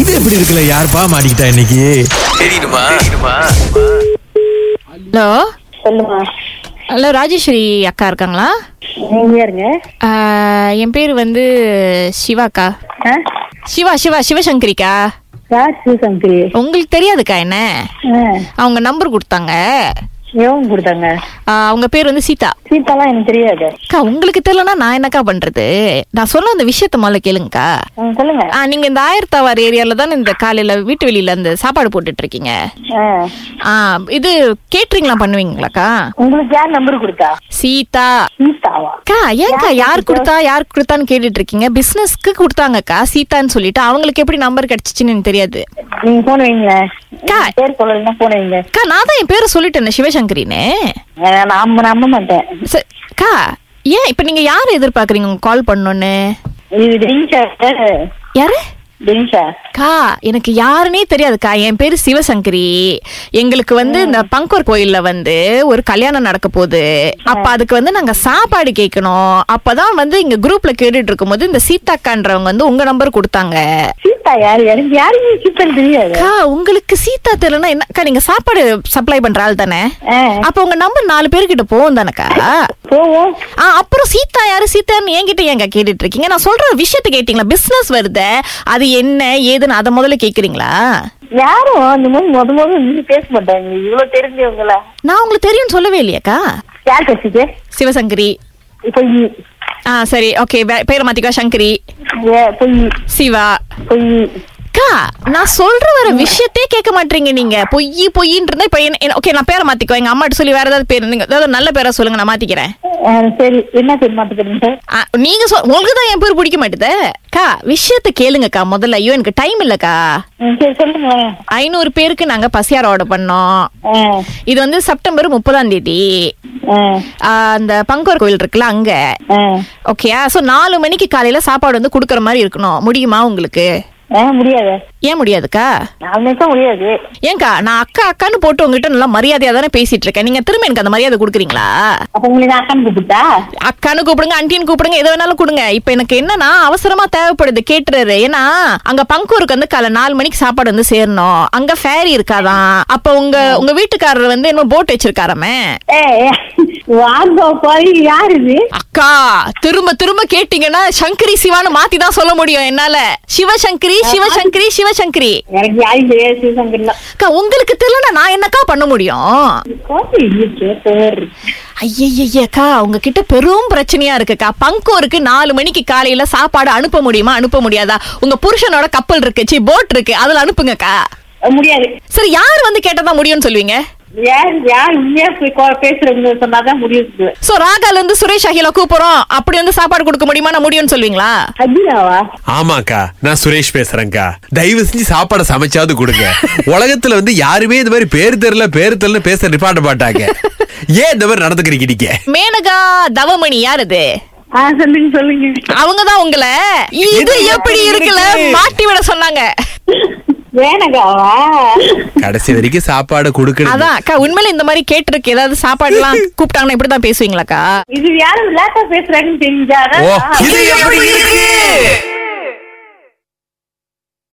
இது எப்படி இருக்குல்ல யாருப்பா மாட்டிக்கிட்டா இன்னைக்கு ஹலோ சொல்லுமா ஹலோ ராஜேஸ்வரி அக்கா இருக்காங்களா நீங்க யாருங்க ஆ, என் பேர் வந்து சிவாக்கா ஆ? சிவா சிவா சிவசங்கரிக்கா யார் சிவசங்கரி உங்களுக்கு தெரியாதுக்கா என்ன ஆ, அவங்க நம்பர் கொடுத்தாங்க எவங்க கொடுத்தாங்க ஆ, அவங்க பேர் வந்து சீதா சீதாலாம் எனக்கு தெரியாது அக்கா உங்களுக்கு தெரியலனா நான் என்னக்கா பண்றது நான் சொல்ல அந்த விஷயத்த முதல்ல கேளுங்கக்கா ஆ, சொல்லுங்க ஆ, நீங்க இந்த ஆயிரத்தாவார் ஏரியால தானே இந்த காலையில வீட்டு வெளியில அந்த சாப்பாடு போட்டுட்டு இருக்கீங்க ஆ, ஆ, இது கேட்ரிங்லாம் பண்ணுவீங்களாக்கா உங்களுக்கு யார் நம்பர் கொடுத்தா சீதா சீதாவா அக்கா ஏன்க்கா யார் கொடுத்தா யார் கொடுத்தான்னு கேட்டுட்டு இருக்கீங்க பிசினஸ்க்கு கொடுத்தாங்கக்கா சீதான்னு சொல்லிட்டு அவங்களுக்கு எப்படி நம்பர் கிடைச்சிச்சுன்னு எனக்கு தெரியாது நீங்க போன் வைங்களேன் கா. உங்க பேர் சொல்லலாம் போன் வைங்க அக்கா நான் தான் என் பேரை சொல்லிட்டேன் சிவசங்கரின்னு ஆ, நான் நம்ப மாட்டேன் ச- அக்கா ஏன் இப்ப நீங்க யாரை எதிர்பார்க்கறீங்க உங்க கால் பண்ணோன்னு இது டெனிஷா யாரு டெனிஷா அக்கா எனக்கு யாருன்னே தெரியாதுக்கா என் பேரு சிவசங்கரி எங்களுக்கு வந்து இந்த பங்கூர் கோயில்ல வந்து ஒரு கல்யாணம் நடக்க போகுது அப்ப அதுக்கு வந்து நாங்க சாப்பாடு கேட்கணும் அப்பதான் வந்து இங்க குரூப்ல கேட்டுட்டு இருக்கும்போது இந்த சீதாக்கான்றவங்க வந்து உங்க நம்பர் கொடுத்தாங்க சீதா யாரு எனக்கு யாருமே சீதன் தெரியாது அக்கா உங்களுக்கு சீதா தெரியலனா என்ன அக்கா நீங்க சாப்பாடு சப்ளை பண்ற ஆள் தானே ஆ, அப்ப உங்க நம்பர் நாலு பேர்கிட்ட போகும் தானக்கா போவோம் ஆ அப்புறம் சீதா யாரு சீதான்னு என்கிட்ட ஏங்க கேட்டுட்டு இருக்கீங்க நான் சொல்ற ஒரு விஷயத்த கேட்டீங்களா பிசினஸ் வருது அது என்ன ஏதுன்னு அதை முதல்ல கேக்குறீங்களா யாரும் அந்த மாதிரி முத முதல்ல நீங்க பேச மாட்டாங்க இவ்வளவு தெரிஞ்சவங்களா நான் உங்களுக்கு தெரியும்னு சொல்லவே இல்லையாக்கா யார் கட்சிக்கு சிவசங்கரி பொய் ஆ சரி ஓகே பேரை மாத்திக்கா சங்கரி ஏ, பொய் சிவா பொய் அக்கா நான் சொல்ற வர விஷயத்தே கேட்க மாட்டீங்க நீங்க பொய் பொய்ன்றதா இப்ப என்ன ஓகே நான் பேரை மாத்திக்கோ எங்க அம்மாட்ட சொல்லி வேற ஏதாவது பேர் நீங்க ஏதாவது நல்ல பேரை சொல்லுங்க நான் மாத்திக்கிறேன் ஆ, சரி என்ன பேர் மாத்துக்கிறீங்க ஆ, நீங்க சொல் உங்களுக்கு தான் என் பேர் பிடிக்க மாட்டுதே அக்கா விஷயத்த கேளுங்கக்கா முதல்ல ஐயோ எனக்கு டைம் இல்லக்கா ம், சரி சொல்லுங்க ஐநூறு பேருக்கு நாங்க பசியார் ஆர்டர் பண்ணோம் ஆ, இது வந்து செப்டம்பர் முப்பதாம் தேதி ஆ, ஆ, அந்த பங்கோர் கோயில் இருக்குல்ல அங்க ஆ. ஓகேயா சோ நாலு மணிக்கு காலையில சாப்பாடு வந்து குடுக்கற மாதிரி இருக்கணும் முடியுமா உங்களுக்கு ஆ, முடியாது ஏன் முடியாதுக்கா நாலு நிமிஷம் முடியாது ஏன்க்கா நான் அக்கா அக்கான்னு போட்டு உங்ககிட்ட நல்லா மரியாதையா தானே பேசிட்டு இருக்கேன் நீங்க திரும்ப எனக்கு அந்த மரியாதை கொடுக்குறீங்களா அப்ப உங்களுக்கு அக்கான்னு கூப்பிட்டா அக்கானு கூப்பிடுங்க ஆண்டின்னு கூப்பிடுங்க எது வேணாலும் கொடுங்க இப்போ எனக்கு என்னன்னா அவசரமா தேவைப்படுது கேட்டுறாரு ஏன்னா அங்க பங்கூருக்கு வந்து காலை நாலு மணிக்கு சாப்பாடு வந்து சேரணும் அங்க ஃபேரி இருக்காதான் அப்ப உங்க உங்க வீட்டுக்காரர் வந்து என்ன போட் வச்சிருக்காரமே ஏ ஏ, வாங்க போய் யார் இது அக்கா திரும்ப திரும்ப கேட்டீங்கன்னா சங்கரி சிவான்னு மாத்தி தான் சொல்ல முடியும் என்னால சிவசங்கரி சிவசங்கரி சிவசங்கரி எனக்கு யாரும் தெரியாது சிவசங்கர் அக்கா உங்களுக்கு தெரியலன்னா நான் என்னக்கா பண்ண முடியும் கேட்டவர் ஐயய்யக்கா உங்ககிட்ட பெரும் பிரச்சனையா இருக்குக்கா பங்கோருக்கு நாலு மணிக்கு காலையில சாப்பாடு அனுப்ப முடியுமா அனுப்ப முடியாதா உங்க புருஷனோட கப்பல் இருக்கு சி போட் இருக்கு அதுல அனுப்புங்கக்கா முடியாது சரி யார் வந்து கேட்டதா முடியும்னு சொல்லுவீங்க யார் யார் உண்மையா போய் கோ- பேசுறவங்க சொன்னாதான் முடியுது சோ ராகால இருந்து சுரேஷ் அகில கூப்பிடுறோம் அப்படி வந்து சாப்பாடு கொடுக்க முடியுமா நான் முடியும்னு சொல்லுவீங்களா அஜினாவா ஆமாக்கா நான் சுரேஷ் பேசுறேன்க்கா தயவு செஞ்சு சாப்பாடை சமைச்சாவது கொடுங்க உலகத்துல வந்து யாருமே இந்த மாதிரி பேர் தெரியல பேர் தெரியல பேச நிப்பாட்ட மாட்டாங்க ஏன் இந்த மாதிரி நடந்துக்கிறீங்க நீங்க மேனகா தவமணி யார் இது ஆ சொல்லுங்க சொல்லுங்க அவங்கதான் உங்களை இது எப்படி இருக்குல்ல மாட்டி விட சொன்னாங்க வேணகாவா கடைசி வரைக்கும் சாப்பாடு கொடுக்கணும் அதான் அக்கா உண்மையில இந்த மாதிரி கேட்டிருக்கு ஏதாவது சாப்பாடு எல்லாம் கூப்பிட்டாங்கன்னா இப்படிதான் பேசுவீங்களாக்கா இது யாரும் விளையாட்டா பேசுறாங்கன்னு தெரிஞ்சா ஓ அதான் இது எப்படி இருக்கு